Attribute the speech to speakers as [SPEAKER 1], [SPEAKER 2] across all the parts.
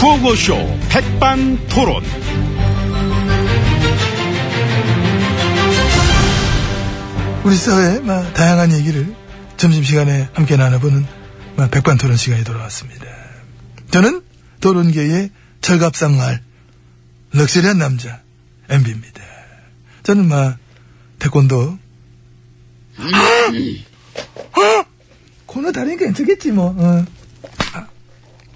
[SPEAKER 1] 구호쇼 백반토론.
[SPEAKER 2] 우리 사회의 막 다양한 얘기를 점심시간에 함께 나눠보는 막 백반토론 시간이 돌아왔습니다. 저는 토론계의 철갑상말 럭셔리한 남자 MB입니다. 저는 막 태권도 어? 코너 다니니까 괜찮겠지 뭐 어.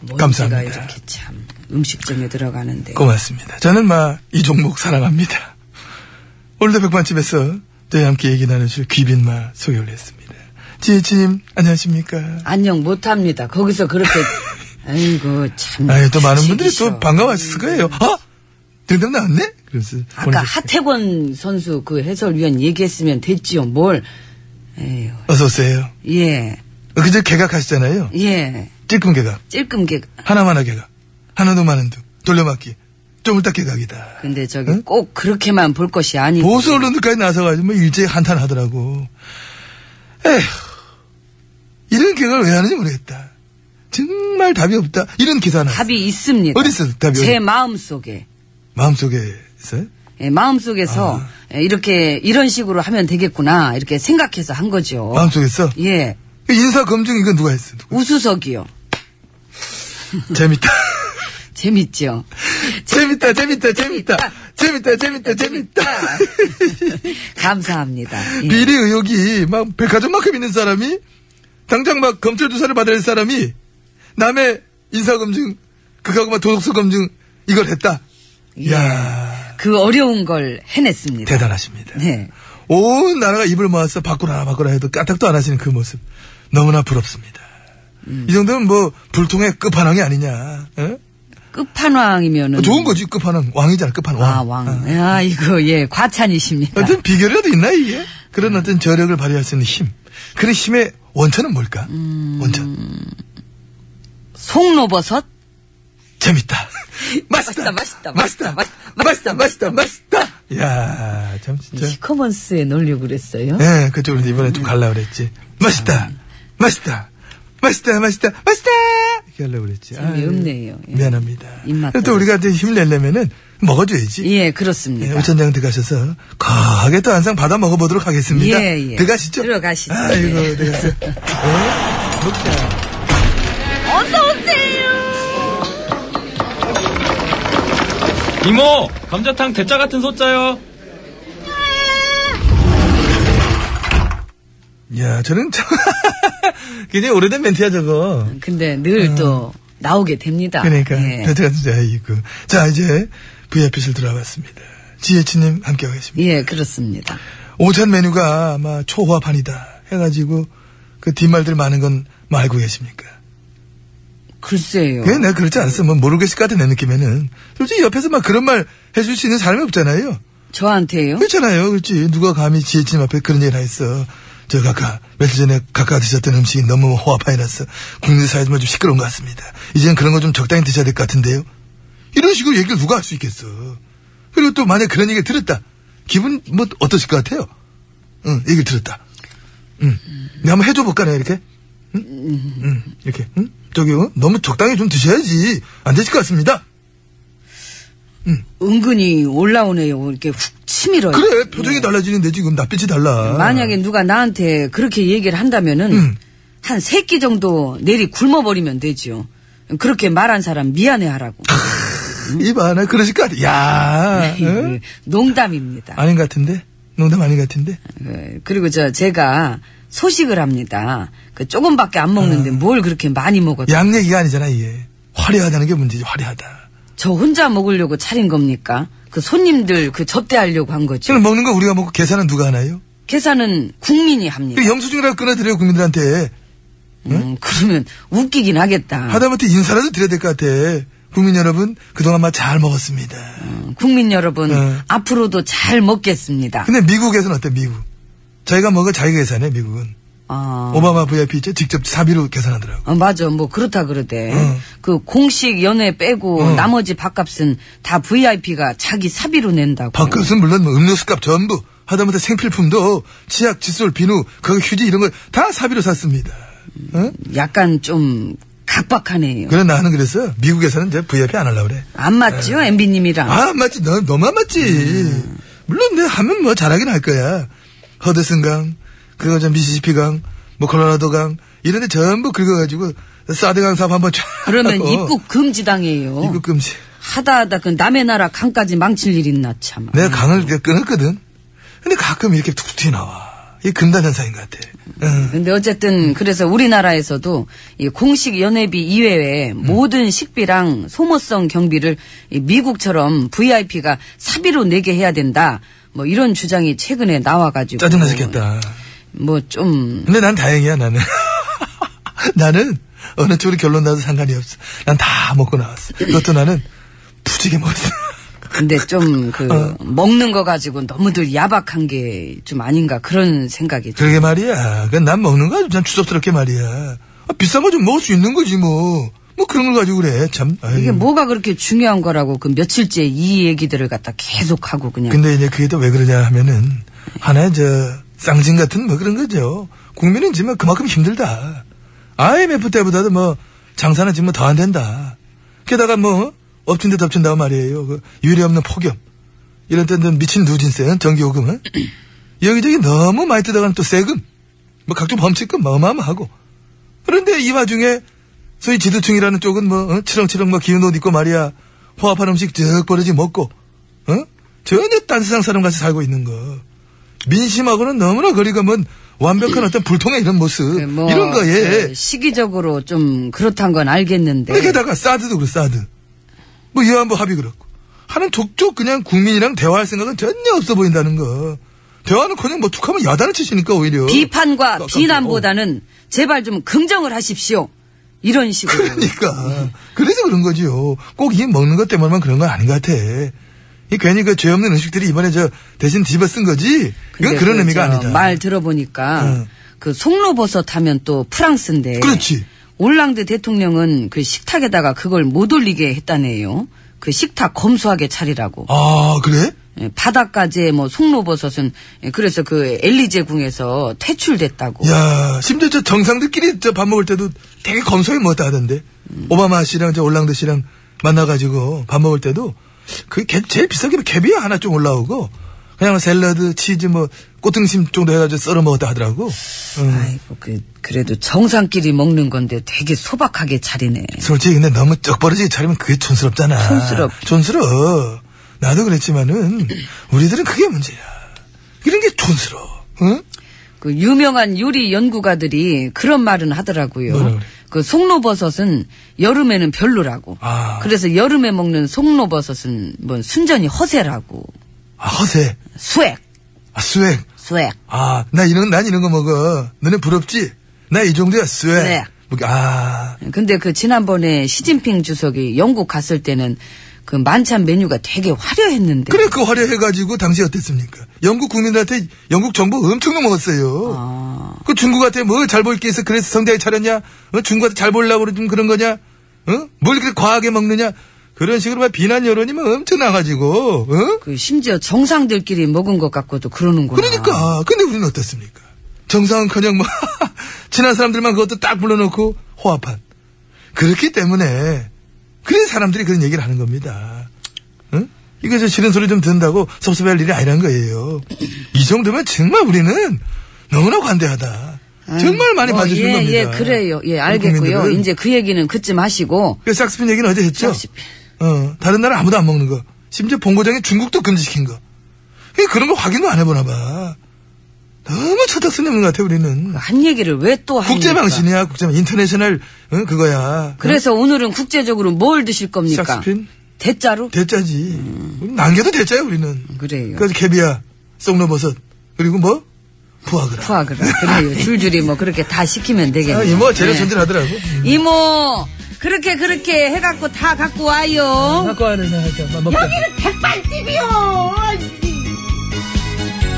[SPEAKER 3] 뭔지가
[SPEAKER 2] 감사합니다.
[SPEAKER 3] 이렇게 참 음식점에 들어가는데
[SPEAKER 2] 고맙습니다. 저는 막 이 종목 사랑합니다. 오늘도 백반집에서 저희와 함께 얘기 나누실 귀빈 마 소개 올렸습니다. 지혜치님 안녕하십니까?
[SPEAKER 3] 안녕 못합니다. 거기서 그렇게 아이고 참.
[SPEAKER 2] 아유, 또 많은 분들이
[SPEAKER 3] 지치기셔.
[SPEAKER 2] 또 반가워하셨을 거예요. 아! 등등 나왔네? 그래서
[SPEAKER 3] 아까
[SPEAKER 2] 보내셨어요.
[SPEAKER 3] 하태권 선수 그 해설위원 얘기했으면 됐지요. 뭘? 에휴,
[SPEAKER 2] 어서 오세요. 어,
[SPEAKER 3] 예,
[SPEAKER 2] 그제 개각하시잖아요.
[SPEAKER 3] 예.
[SPEAKER 2] 찔끔 개각.
[SPEAKER 3] 찔끔게.
[SPEAKER 2] 하나마나 개각. 하나도 많은 두. 돌려막기. 쪼물딱 개각이다.
[SPEAKER 3] 근데 저기
[SPEAKER 2] 응?
[SPEAKER 3] 꼭 그렇게만 볼 것이 아니고.
[SPEAKER 2] 보수 언론들까지 나서가지고 뭐 일제히 한탄하더라고. 에휴, 이런 개각을 왜 하는지 모르겠다. 정말 답이 없다. 이런 기사 나.
[SPEAKER 3] 답이 있습니다.
[SPEAKER 2] 어디 있어, 답이
[SPEAKER 3] 제
[SPEAKER 2] 어디?
[SPEAKER 3] 마음 속에. 예,
[SPEAKER 2] 마음속에 있어요?
[SPEAKER 3] 마음 속에서
[SPEAKER 2] 아.
[SPEAKER 3] 예, 이렇게 이런 식으로 하면 되겠구나 이렇게 생각해서 한 거죠.
[SPEAKER 2] 마음속에 있어?
[SPEAKER 3] 예,
[SPEAKER 2] 그 인사 검증 이건 누가 했어? 누가?
[SPEAKER 3] 우수석이요.
[SPEAKER 2] 재밌다.
[SPEAKER 3] 재밌죠.
[SPEAKER 2] 재밌다, 재밌다, 재밌다. 재밌다, 네, 재밌다, 재밌다.
[SPEAKER 3] 감사합니다. 예.
[SPEAKER 2] 미래 의혹이 막 백화점만큼 있는 사람이 당장 막 검찰 조사를 받을 사람이 남의 인사 검증, 그거하고 막 도덕성 검증 이걸 했다.
[SPEAKER 3] 예.
[SPEAKER 2] 이야,
[SPEAKER 3] 그 어려운 걸 해냈습니다.
[SPEAKER 2] 대단하십니다.
[SPEAKER 3] 네.
[SPEAKER 2] 온 나라가 입을 모아서 바꾸라 바꾸라 해도 까딱도 안 하시는 그 모습 너무나 부럽습니다.
[SPEAKER 3] 음.
[SPEAKER 2] 이 정도면 뭐 불통의 끝판왕이 아니냐. 예?
[SPEAKER 3] 끝판왕이면은.
[SPEAKER 2] 아, 좋은 거지 끝판왕 왕이잖아 아, 끝판왕.
[SPEAKER 3] 음. 아, 왕. 아, 이거, 예, 과찬이십니다.
[SPEAKER 2] 어떤 비결이라도 있나 이게? 그런
[SPEAKER 3] 음.
[SPEAKER 2] 어떤 저력을 발휘할 수 있는 힘. 그런 힘의 원천은 뭘까?
[SPEAKER 3] 음.
[SPEAKER 2] 원천.
[SPEAKER 3] 송로버섯?
[SPEAKER 2] 재밌다. 맛있다.
[SPEAKER 3] 맛있다,
[SPEAKER 2] 맛있다.
[SPEAKER 3] 맛있다,
[SPEAKER 2] 맛있다. 맛있다. 맛있다. 이야, 참 진짜.
[SPEAKER 3] 시커먼스에 놀려고 그랬어요.
[SPEAKER 2] 예, 그쪽으로 이번에 좀 갈라 그랬지. 맛있다. 맛있다. 맛있다. 맛있다. 맛있다. 이렇게 하려고 그랬지. 아유,
[SPEAKER 3] 재미없네요. 예.
[SPEAKER 2] 미안합니다.
[SPEAKER 3] 입맛
[SPEAKER 2] 또 우리가 이제 힘내려면은 먹어줘야지.
[SPEAKER 3] 예,
[SPEAKER 2] 예,
[SPEAKER 3] 그렇습니다.
[SPEAKER 2] 오천장 들어가셔서 거하게 또 한상 받아 먹어보도록 하겠습니다.
[SPEAKER 3] 예, 예.
[SPEAKER 2] 들어가시죠.
[SPEAKER 3] 들어가시죠.
[SPEAKER 2] 아이고,
[SPEAKER 3] 예.
[SPEAKER 2] 들어가세요. 예, 먹자.
[SPEAKER 4] 이모 감자탕 대짜 같은 소짜요
[SPEAKER 2] 야, 저는 참 굉장히 오래된 멘트야, 저거.
[SPEAKER 3] 근데 늘 또 나오게 됩니다.
[SPEAKER 2] 아. 그러니까.
[SPEAKER 3] 예.
[SPEAKER 2] 멘트 같은 자, 이고. 그, 자, 이제 VIP실 들어왔습니다. 지혜치님 함께하고 계십니다.
[SPEAKER 3] 예, 그렇습니다.
[SPEAKER 2] 오찬 메뉴가 아마 초호화판이다 해가지고 그 뒷말들 많은 건 뭐 알고 계십니까?
[SPEAKER 3] 글쎄요.
[SPEAKER 2] 왜 내가 그렇지 않았어? 뭐 모르고 계실 것 같은 내 느낌에는. 솔직히 옆에서 막 그런 말 해줄 수 있는 사람이 없잖아요.
[SPEAKER 3] 저한테요?
[SPEAKER 2] 그렇잖아요. 그렇지. 누가 감히 지혜치님 앞에 그런 얘기를 했어. 저 아까 며칠 전에 각각 드셨던 음식이 너무 호화파이라서 국민 사회도 좀 시끄러운 것 같습니다. 이제는 그런 거 좀 적당히 드셔야 될 것 같은데요. 이런 식으로 얘기를 누가 할 수 있겠어. 그리고 또 만약 그런 얘기를 들었다. 기분 뭐 어떠실 것 같아요? 응, 얘기를 들었다. 응. 내가 한번 해줘 볼까요, 이렇게? 응? 응, 이렇게. 응? 저기, 요 너무 적당히 좀 드셔야지. 안 되실 것 같습니다.
[SPEAKER 3] 은근히 올라오네요. 이렇게 훅 치밀어요.
[SPEAKER 2] 그래, 표정이 달라지는데 지금 낯빛이 달라.
[SPEAKER 3] 음. 만약에 누가 나한테 그렇게 얘기를 한다면은
[SPEAKER 2] 아. 음.
[SPEAKER 3] 한 세 끼 정도 내리 굶어버리면 되지요. 그렇게 말한 사람 미안해하라고.
[SPEAKER 2] 이봐, 나 그러실 것 같아. 야 응?
[SPEAKER 3] 그 농담입니다.
[SPEAKER 2] 아닌 것 같은데? 농담 아닌 것 같은데?
[SPEAKER 3] 그, 그리고 저 제가 소식을 합니다. 그 조금밖에 안
[SPEAKER 2] 아.
[SPEAKER 3] 먹는데 뭘 그렇게 많이 먹었죠?
[SPEAKER 2] 양 얘기가 아니잖아, 이게. 화려하다는 게 문제지, 화려하다.
[SPEAKER 3] 저 혼자 먹으려고 차린 겁니까? 그 손님들 그 접대하려고 한 거죠.
[SPEAKER 2] 지금 먹는 거 우리가 먹고 계산은 누가 하나요?
[SPEAKER 3] 계산은 국민이 합니다.
[SPEAKER 2] 그 영수증이라도 끊어드려요, 국민들한테.
[SPEAKER 3] 음, 그러면 웃기긴 하겠다.
[SPEAKER 2] 하다못해 인사라도 드려야 될 것 같아. 국민 여러분, 그동안 맛 잘 먹었습니다.
[SPEAKER 3] 국민 여러분
[SPEAKER 2] 네.
[SPEAKER 3] 앞으로도 잘 먹겠습니다.
[SPEAKER 2] 근데 미국에서는 어때, 미국? 자기가 먹은 자기가 계산해, 미국은.
[SPEAKER 3] 아.
[SPEAKER 2] 오바마 VIP 있죠? 직접 사비로 계산하더라고.
[SPEAKER 3] 어, 맞아. 뭐, 그렇다 그러대.
[SPEAKER 2] 응.
[SPEAKER 3] 그, 공식 연회 빼고,
[SPEAKER 2] 응.
[SPEAKER 3] 나머지 밥값은 다 VIP가 자기 사비로 낸다고.
[SPEAKER 2] 밥값은 물론 뭐 음료수 값 전부, 하다못해 생필품도 치약, 칫솔, 비누, 그 휴지 이런 걸 다 사비로 샀습니다. 응?
[SPEAKER 3] 약간 좀, 각박하네요.
[SPEAKER 2] 그래 나는 그래서 미국에서는 이제 VIP 안 하려고 그래.
[SPEAKER 3] 안 맞죠? MB님이랑.
[SPEAKER 2] 아, 안 맞지. 너, 너만 맞지. 물론 내가 하면 뭐 잘하긴 할 거야. 허드슨강, 그리고 저 미시시피강, 뭐 콜로라도강, 이런 데 전부 긁어가지고 사드강 사업 한번 쫙.
[SPEAKER 3] 그러면
[SPEAKER 2] 하고.
[SPEAKER 3] 입국 금지당해요.
[SPEAKER 2] 어. 입국 금지.
[SPEAKER 3] 하다 하다 그 남의 나라 강까지 망칠 일 있나 참.
[SPEAKER 2] 내가 강을 그냥 끊었거든. 근데 가끔 이렇게 툭툭 튀어나와. 이게 금단현상인 것 같아. 응.
[SPEAKER 3] 근데 어쨌든 그래서 우리나라에서도 이 공식 연회비 이외에 모든 식비랑 소모성 경비를 이 미국처럼 VIP가 사비로 내게 해야 된다. 뭐 이런 주장이 최근에 나와가지고
[SPEAKER 2] 짜증나 죽겠다.
[SPEAKER 3] 뭐 좀
[SPEAKER 2] 근데 난 다행이야, 나는. 나는 어느 쪽으로 결론 나도 상관이 없어. 난 다 먹고 나왔어. 그것도 나는 부지게 먹었어.
[SPEAKER 3] 근데 좀 그
[SPEAKER 2] 어.
[SPEAKER 3] 먹는 거 가지고 너무들 야박한 게 좀 아닌가 그런 생각이 좀
[SPEAKER 2] 그러게 말이야. 그난 건 먹는 거 아주 참 추석스럽게 말이야. 아, 비싼 거 좀 먹을 수 있는 거지 뭐. 뭐 그런 걸 가지고 그래. 참. 아유.
[SPEAKER 3] 이게 뭐가 그렇게 중요한 거라고 그 며칠째 이 얘기들을 갖다 계속 하고 그냥
[SPEAKER 2] 근데 이제 그게 또 왜 그러냐 하면은 하나의 저 쌍진 같은 뭐 그런 거죠. 국민은 지금 그만큼 힘들다. IMF 때보다도 뭐 장사는 지금 더 안 된다. 게다가 뭐 엎친 데 덮친다 고 말이에요. 그 유례 없는 폭염. 이런 때는 미친 누진세, 전기요금은. 여기저기 너무 많이 뜯어가는 또 세금. 뭐 각종 범칙금 뭐 어마어마하고. 그런데 이 와중에 소위 지도층이라는 쪽은 뭐 어? 치렁치렁 뭐 기운 옷 입고 말이야 호합한 음식 쭉 버리지 먹고 어? 전혀 딴 세상 사람 같이 살고 있는 거 민심하고는 너무나 거리가 먼 완벽한 어떤 불통의 이런 모습
[SPEAKER 3] 네, 네. 뭐
[SPEAKER 2] 이런 거에 그러니까
[SPEAKER 3] 그 시기적으로 좀 그렇단 건 알겠는데
[SPEAKER 2] 근데 게다가 사드도 그래 사드 뭐 이완부 합의 그렇고 하는 족족 그냥 국민이랑 대화할 생각은 전혀 없어 보인다는 거 대화는 그냥 뭐 툭하면 야단을 치시니까 오히려
[SPEAKER 3] 비판과
[SPEAKER 2] 어? 깜깜-
[SPEAKER 3] 비난보다는 제발 좀 긍정을 하십시오. 이런 식으로.
[SPEAKER 2] 그러니까. 그래서 그런 거지요. 꼭 이 먹는 것 때문만 그런 건 아닌 것 같아. 이 괜히 그 죄 없는 음식들이 이번에 저 대신 뒤집어 쓴 거지.
[SPEAKER 3] 근데
[SPEAKER 2] 이건 그런
[SPEAKER 3] 그
[SPEAKER 2] 의미가
[SPEAKER 3] 저
[SPEAKER 2] 아니다.
[SPEAKER 3] 말 들어보니까
[SPEAKER 2] 응.
[SPEAKER 3] 그 송로버섯 하면 또 프랑스인데.
[SPEAKER 2] 그렇지.
[SPEAKER 3] 올랑드 대통령은 그 식탁에다가 그걸 못 올리게 했다네요. 그 식탁 검소하게 차리라고.
[SPEAKER 2] 아 그래?
[SPEAKER 3] 예, 바닷가지에 뭐 송로버섯은 예, 그래서 그 엘리제 궁에서 퇴출됐다고.
[SPEAKER 2] 야 심지어 저 정상들끼리 저 밥 먹을 때도 되게 검소하게 먹었다 하던데. 오바마 씨랑 저 올랑드 씨랑 만나가지고 밥 먹을 때도 그 개- 제일 비싸게 개비야 하나 좀 올라오고 그냥 샐러드, 치즈 뭐 꽃등심 정도 해가지고 썰어 먹었다 하더라고. 응.
[SPEAKER 3] 아이고 그 그래도 정상끼리 먹는 건데 되게 소박하게 차리네.
[SPEAKER 2] 솔직히 근데 너무 쩍버리지 차리면 그게 촌스럽잖아.
[SPEAKER 3] 촌스럽.
[SPEAKER 2] 촌스러. 나도 그랬지만은 우리들은 그게 문제야. 이런 게 촌스러. 응?
[SPEAKER 3] 그 유명한 요리 연구가들이 그런 말은 하더라고요.
[SPEAKER 2] 뭐라 그래?
[SPEAKER 3] 그 송로버섯은 여름에는 별로라고.
[SPEAKER 2] 아.
[SPEAKER 3] 그래서 여름에 먹는 송로버섯은 뭐 순전히 허세라고.
[SPEAKER 2] 아, 허세.
[SPEAKER 3] 수액,
[SPEAKER 2] 아, 스웩.
[SPEAKER 3] 수액.
[SPEAKER 2] 아, 나 이런 난 이런 거 먹어. 너네 부럽지? 나 이 정도야 스웩.
[SPEAKER 3] 네.
[SPEAKER 2] 뭐, 아,
[SPEAKER 3] 근데 그 지난번에 시진핑 주석이 영국 갔을 때는 그 만찬 메뉴가 되게 화려했는데.
[SPEAKER 2] 그래 그 화려해가지고 당시 어땠습니까? 영국 국민들한테 영국 정부 엄청 넘어갔어요.
[SPEAKER 3] 아.
[SPEAKER 2] 그 중국한테 뭘 잘 볼 게 있어 그래서 성대에 차렸냐? 어? 중국한테 잘 보려고 뭐 그러- 좀 그런 거냐? 어? 뭘 그렇게 과하게 먹느냐? 그런 식으로 막 비난 여론이 막 엄청 나가지고, 어?
[SPEAKER 3] 그 심지어 정상들끼리 먹은 것 같고도 그러는구나.
[SPEAKER 2] 그러니까. 근데 우리는 어떻습니까? 정상은 커녕 뭐, 친한 사람들만 그것도 딱 불러놓고 호합한. 그렇기 때문에, 그래서 사람들이 그런 얘기를 하는 겁니다. 응? 이거 저 싫은 소리 좀 듣는다고 섭섭해할 일이 아니란 거예요. 이 정도면 정말 우리는 너무나 관대하다. 정말 많이
[SPEAKER 3] 뭐,
[SPEAKER 2] 봐주신
[SPEAKER 3] 예,
[SPEAKER 2] 겁니다.
[SPEAKER 3] 예, 그래요. 예, 알겠고요.
[SPEAKER 2] 국민들은.
[SPEAKER 3] 이제 그 얘기는 그쯤 하시고.
[SPEAKER 2] 그 삭스핀 얘기는 어제 했죠?
[SPEAKER 3] 삭스핀.
[SPEAKER 2] 어, 다른 나라 아무도 안 먹는 거. 심지어 본고장에 중국도 금지시킨 거. 이 그런 거 확인도 안 해보나 봐. 너무 철딱선 없는 것 같아, 우리는.
[SPEAKER 3] 한 얘기를 왜 또 하니까
[SPEAKER 2] 국제망신이야, 국제망. 인터내셔널, 응, 그거야.
[SPEAKER 3] 그러니까. 그래서 오늘은 국제적으로 뭘 드실 겁니까?
[SPEAKER 2] 샥스핀?
[SPEAKER 3] 대짜로?
[SPEAKER 2] 대짜지. 남겨도 대짜야, 우리는.
[SPEAKER 3] 그래요.
[SPEAKER 2] 그래서 캐비아, 쏙로버섯, 그리고 뭐? 부하그라.
[SPEAKER 3] 푸아그라. 그래요. 줄줄이 뭐 그렇게 다 시키면 되겠네요.
[SPEAKER 2] 아, 이모 재료
[SPEAKER 3] 네.
[SPEAKER 2] 손질하더라고.
[SPEAKER 3] 이모 그렇게 그렇게 해갖고 다 갖고 와요.
[SPEAKER 2] 갖고 와야 되냐, 하여튼. 먹자.
[SPEAKER 3] 백반집이요.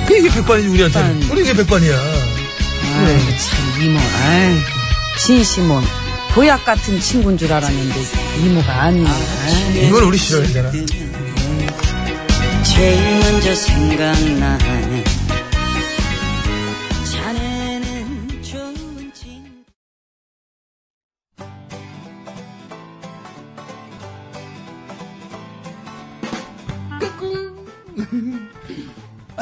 [SPEAKER 2] 그 이게 백반이지, 우리한테는.
[SPEAKER 3] 백반.
[SPEAKER 2] 우리 이게 백반이야.
[SPEAKER 3] 아이고 참 이모. 아이 진심은 보약 같은 친구인 줄 알았는데 이모가 아니야. 아이.
[SPEAKER 2] 이건 우리 싫어야 되잖아.
[SPEAKER 3] 예.
[SPEAKER 5] 제일 먼저 생각나는 자네는 좋은 친구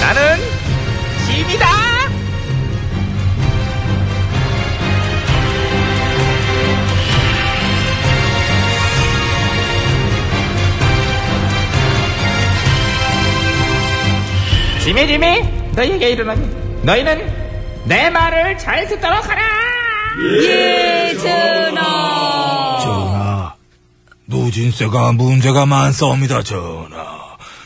[SPEAKER 1] 나는 짐이다.
[SPEAKER 6] 지미 지미 너희에게 이르노니 너희는 내 말을 잘 듣도록 하라
[SPEAKER 3] 예, 전하.
[SPEAKER 2] 전하, 누진세가 문제가 많사옵니다, 전하.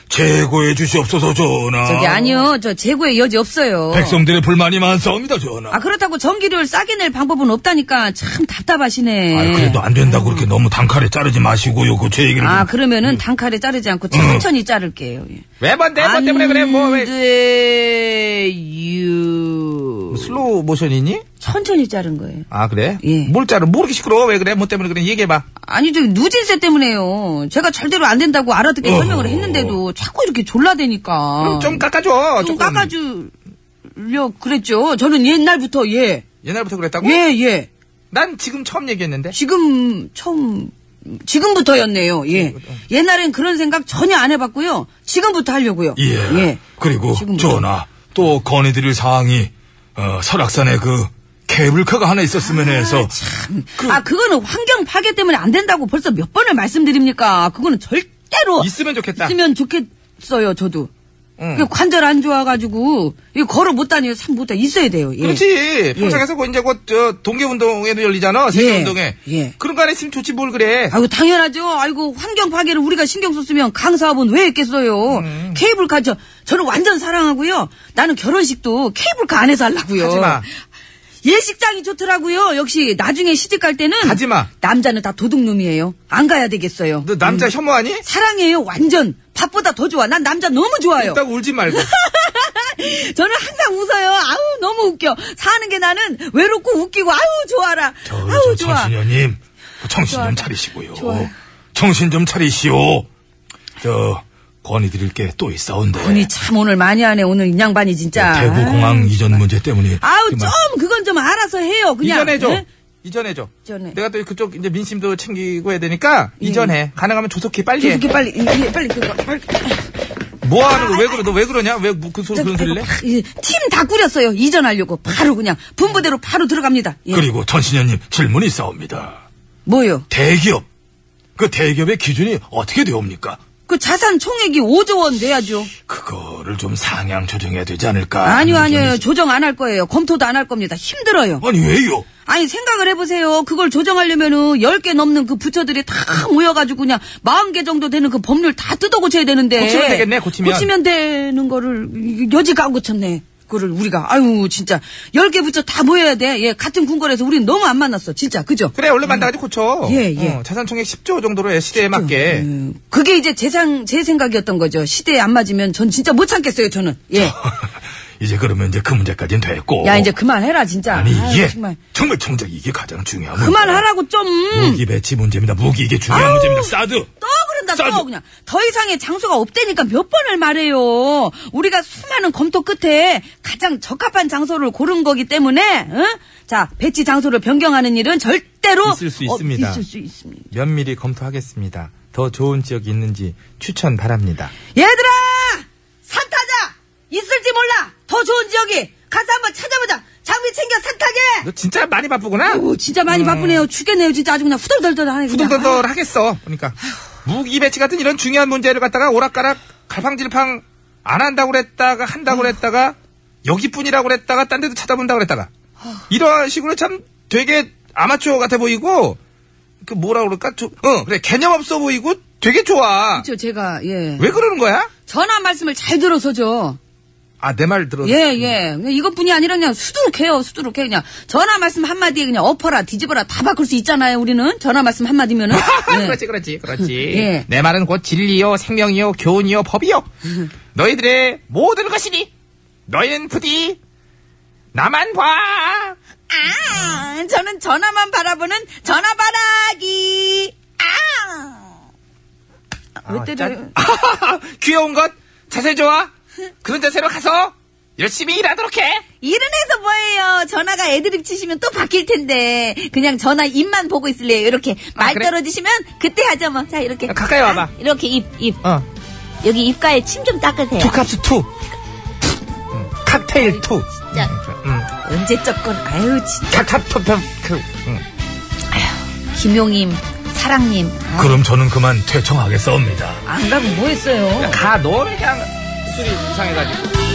[SPEAKER 2] 제고해 주시옵소서, 전하.
[SPEAKER 3] 저기 아니요, 저 재고에 여지 없어요.
[SPEAKER 2] 백성들의 불만이 많사옵니다, 전하.
[SPEAKER 3] 아 그렇다고 전기료를 싸게 낼 방법은 없다니까 참 답답하시네.
[SPEAKER 2] 아이, 그래도 안 된다고 그렇게 너무 단칼에 자르지 마시고요, 그 제 얘기를.
[SPEAKER 6] 음.
[SPEAKER 3] 아, 그러면은 단칼에 자르지 않고 천천히 자를게요. 예.
[SPEAKER 6] 왜 뭔데 음. 뭐 때문에 그래
[SPEAKER 3] 안
[SPEAKER 6] 뭐왜
[SPEAKER 3] 돼요.
[SPEAKER 6] 슬로우 모션이니?
[SPEAKER 3] 천천히 자른 거예요.
[SPEAKER 6] 아 그래?
[SPEAKER 3] 예.
[SPEAKER 6] 뭘 자르 뭐 그렇게 시끄러워 왜 그래 뭐 때문에 그래 얘기해봐
[SPEAKER 3] 아니 저기 누진세 때문에요. 제가 절대로 안 된다고 알아듣게
[SPEAKER 2] 어.
[SPEAKER 3] 설명을 했는데도 자꾸 이렇게 졸라대니까.
[SPEAKER 6] 그럼 좀 깎아줘
[SPEAKER 3] 어. 좀
[SPEAKER 6] 조금.
[SPEAKER 3] 깎아주려 그랬죠. 저는 옛날부터 예,
[SPEAKER 6] 옛날부터 그랬다고?
[SPEAKER 3] 예, 예.
[SPEAKER 6] 난 지금 처음 얘기했는데
[SPEAKER 3] 지금 처음 지금부터였네요. 예. 옛날엔 그런 생각 전혀 안 해봤고요. 지금부터 하려고요.
[SPEAKER 2] 예. 그리고,
[SPEAKER 3] 지금부터.
[SPEAKER 2] 전하, 또 건의드릴 사항이, 어, 설악산에 그, 케이블카가 하나 있었으면 해서.
[SPEAKER 3] 아 그거는 환경 파괴 때문에 안 된다고 벌써 몇 번을 말씀드립니까? 그거는 절대로
[SPEAKER 6] 있으면 좋겠다
[SPEAKER 3] 있으면 좋겠어요. 저도.
[SPEAKER 6] 응.
[SPEAKER 3] 그 관절 안 좋아가지고 이거 걸어 못 다녀요. 참 못다 있어야 돼요. 예.
[SPEAKER 6] 그렇지 평창에서 곧 이제 곧저 동계운동회도 열리잖아 세계운동회
[SPEAKER 3] 예.
[SPEAKER 6] 그런 거 안 했으면 좋지 뭘 그래
[SPEAKER 3] 아이고 당연하죠. 아이고 환경 파괴를 우리가 신경 썼으면 강사업은 왜 했겠어요.
[SPEAKER 6] 음.
[SPEAKER 3] 케이블카 저 저는 완전 사랑하고요. 나는 결혼식도 케이블카 안에서 하려고요.
[SPEAKER 6] 하지마.
[SPEAKER 3] 예식장이 좋더라고요. 역시 나중에 시집 갈 때는
[SPEAKER 6] 하지마.
[SPEAKER 3] 남자는 다 도둑놈이에요. 안 가야 되겠어요.
[SPEAKER 6] 너 남자 혐오하니?
[SPEAKER 3] 아, 사랑해요. 완전 밥보다 더 좋아. 난 남자 너무 좋아요.
[SPEAKER 6] 있다고 울지 말고
[SPEAKER 3] 저는 항상 웃어요. 아우 너무 웃겨. 사는 게 나는 외롭고 웃기고 아우 좋아라.
[SPEAKER 2] 저,
[SPEAKER 3] 아우
[SPEAKER 2] 저
[SPEAKER 3] 좋아.
[SPEAKER 2] 청신녀님, 그 정신
[SPEAKER 3] 좋아요.
[SPEAKER 2] 좀 차리시고요.
[SPEAKER 3] 좋아요.
[SPEAKER 2] 정신 좀 차리시오. 저, 건의드릴 게 또 있어온데.
[SPEAKER 3] 아니 참 오늘 많이 하네. 오늘 이 양반이 진짜.
[SPEAKER 2] 어, 대구 공항 이전 문제 때문에
[SPEAKER 3] 음. 아우
[SPEAKER 2] 그
[SPEAKER 3] 좀
[SPEAKER 2] 막-
[SPEAKER 3] 그건 좀 알아서 해요. 그냥
[SPEAKER 6] 이전해줘.
[SPEAKER 3] 응?
[SPEAKER 6] 이전해줘.
[SPEAKER 3] 이전해. 예.
[SPEAKER 6] 내가 또 그쪽 이제 민심도 챙기고 해야 되니까 이전해. 가능하면 조속히 빨리.
[SPEAKER 3] 조속히 빨리 이- 이- 빨리 그거 빨리.
[SPEAKER 6] 해. 뭐 하는 거 왜 그러? 너왜 그러냐? 왜 그 소리 그런 소리래?
[SPEAKER 3] 팀다 꾸렸어요. 이전하려고 바로 그냥 분부대로 바로 들어갑니다. 예.
[SPEAKER 2] 그리고 전신현님 질문이 싸웁니다.
[SPEAKER 3] 뭐요?
[SPEAKER 2] 대기업 그 대기업의 기준이 어떻게 되옵니까?
[SPEAKER 3] 그 자산 총액이 5조 원 돼야죠.
[SPEAKER 2] 그거를 좀 상향 조정해야 되지 않을까?
[SPEAKER 3] 아니요,
[SPEAKER 2] 하는 의견이
[SPEAKER 3] 아니요. 조정 안 할 거예요. 검토도 안 할 겁니다. 힘들어요.
[SPEAKER 2] 있- 아니 왜요?
[SPEAKER 3] 아니, 생각을 해보세요. 그걸 조정하려면은 10개 넘는 그 부처들이 다 모여가지고 그냥 40개 정도 되는 그 법률 다 뜯어 고쳐야 되는데.
[SPEAKER 6] 고치면 되겠네, 고치면.
[SPEAKER 3] 되는 거를 여지가 안 고쳤네. 그거를 우리가. 아유, 진짜. 10개 부처 다 모여야 돼. 예, 같은 궁궐에서 우린 너무 안 만났어. 진짜. 그죠?
[SPEAKER 6] 그래 얼른 만나가지고 고쳐.
[SPEAKER 3] 예, 예.
[SPEAKER 6] 어, 음. 자산총액 10조 정도로 해, 시대에 맞게.
[SPEAKER 3] 음, 그게 이제 제, 상, 제 생각이었던 거죠. 시대에 안 맞으면 전 진짜 못 참겠어요, 저는. 예.
[SPEAKER 2] 이제 그러면 이제 그 문제까지는 됐고.
[SPEAKER 3] 야, 이제 그만해라, 진짜.
[SPEAKER 2] 아니
[SPEAKER 3] 아유,
[SPEAKER 2] 이게
[SPEAKER 3] 정말.
[SPEAKER 2] 정말. 정작 이게 가장 중요한
[SPEAKER 3] 그만하라고 좀.
[SPEAKER 6] 뭐
[SPEAKER 2] 문제다. 무기 배치 문제입니다. 무기 이게 중요한
[SPEAKER 3] 아우.
[SPEAKER 2] 문제입니다. 사드.
[SPEAKER 3] 또 그런다
[SPEAKER 2] 싸죠.
[SPEAKER 3] 또 그냥 더 이상의 장소가 없다니까 몇 번을 말해요 우리가 수많은 검토 끝에 가장 적합한 장소를 고른 거기 때문에 응? 자 배치 장소를 변경하는 일은 절대로
[SPEAKER 6] 있을 수 있습니다.
[SPEAKER 3] 어, 있을 수 있습니다
[SPEAKER 6] 면밀히 검토하겠습니다. 더 좋은 지역이 있는지 추천 바랍니다.
[SPEAKER 3] 얘들아 산타자 있을지 몰라 더 좋은 지역이 가서 한번 찾아보자 자 장비 챙겨 세탁해!
[SPEAKER 6] 너 진짜 많이 바쁘구나?
[SPEAKER 3] 오, 진짜 많이 바쁘네요. 죽겠네요. 진짜 아주 그냥 후덜덜덜하네. 그냥. 아,
[SPEAKER 6] 후덜덜덜 하겠어. 그러니까. 무기 배치 같은 이런 중요한 문제를 갖다가 오락가락 갈팡질팡 안 한다고 그랬다가 한다고 그랬다가 여기뿐이라고 그랬다가 딴 데도 찾아본다고 그랬다가 이런 식으로 참 되게 아마추어 같아 보이고 그 뭐라 그럴까? 저- 어 그래 개념 없어 보이고 되게 좋아.
[SPEAKER 3] 그렇죠, 제가, 예.
[SPEAKER 6] 왜 그러는 거야?
[SPEAKER 3] 전화 말씀을 잘 들어서죠.
[SPEAKER 6] 아 내 말 들어.
[SPEAKER 3] 예, 예. 그냥 이것뿐이 아니라 그냥 수두룩해요, 수두룩해. 그냥 전화 말씀 한마디에 그냥 엎어라, 뒤집어라 다 바꿀 수 있잖아요, 우리는. 전화 말씀 한마디면은. 예.
[SPEAKER 6] 그렇지, 그렇지, 그렇지.
[SPEAKER 3] 예.
[SPEAKER 6] 내 말은 곧 진리요, 생명이요, 교훈이요, 법이요. 너희들의 모든 것이니 너희는 부디 나만 봐.
[SPEAKER 3] 아, 저는 전화만 바라보는 전화 바라기. 아.
[SPEAKER 6] 아,
[SPEAKER 3] 왜 때려요?
[SPEAKER 6] 귀여운 것 자세 좋아. 그런 자세로 가서 열심히 일하도록 해.
[SPEAKER 3] 일은 해서 뭐예요? 전화가 애드립 치시면 또 바뀔 텐데. 그냥 전화 입만 보고 있을래요. 이렇게 말
[SPEAKER 6] 아, 그래?
[SPEAKER 3] 떨어지시면 그때 하죠 뭐. 자 이렇게.
[SPEAKER 6] 야, 가까이 와봐.
[SPEAKER 3] 이렇게 입 입.
[SPEAKER 6] 어.
[SPEAKER 3] 여기 입가에 침 좀 닦으세요.
[SPEAKER 6] 투캅스 투. 음, 칵테일 투.
[SPEAKER 3] 진짜. 언제 쪘건 아유 진짜.
[SPEAKER 6] 음, 칵칵 투. 투. 음.
[SPEAKER 3] 김용임 사랑님.
[SPEAKER 2] 그럼 저는 그만 퇴청하겠습니다.
[SPEAKER 3] 안 가면 아, 뭐 했어요?
[SPEAKER 6] 가, 너 그냥 술이 이상해가지고.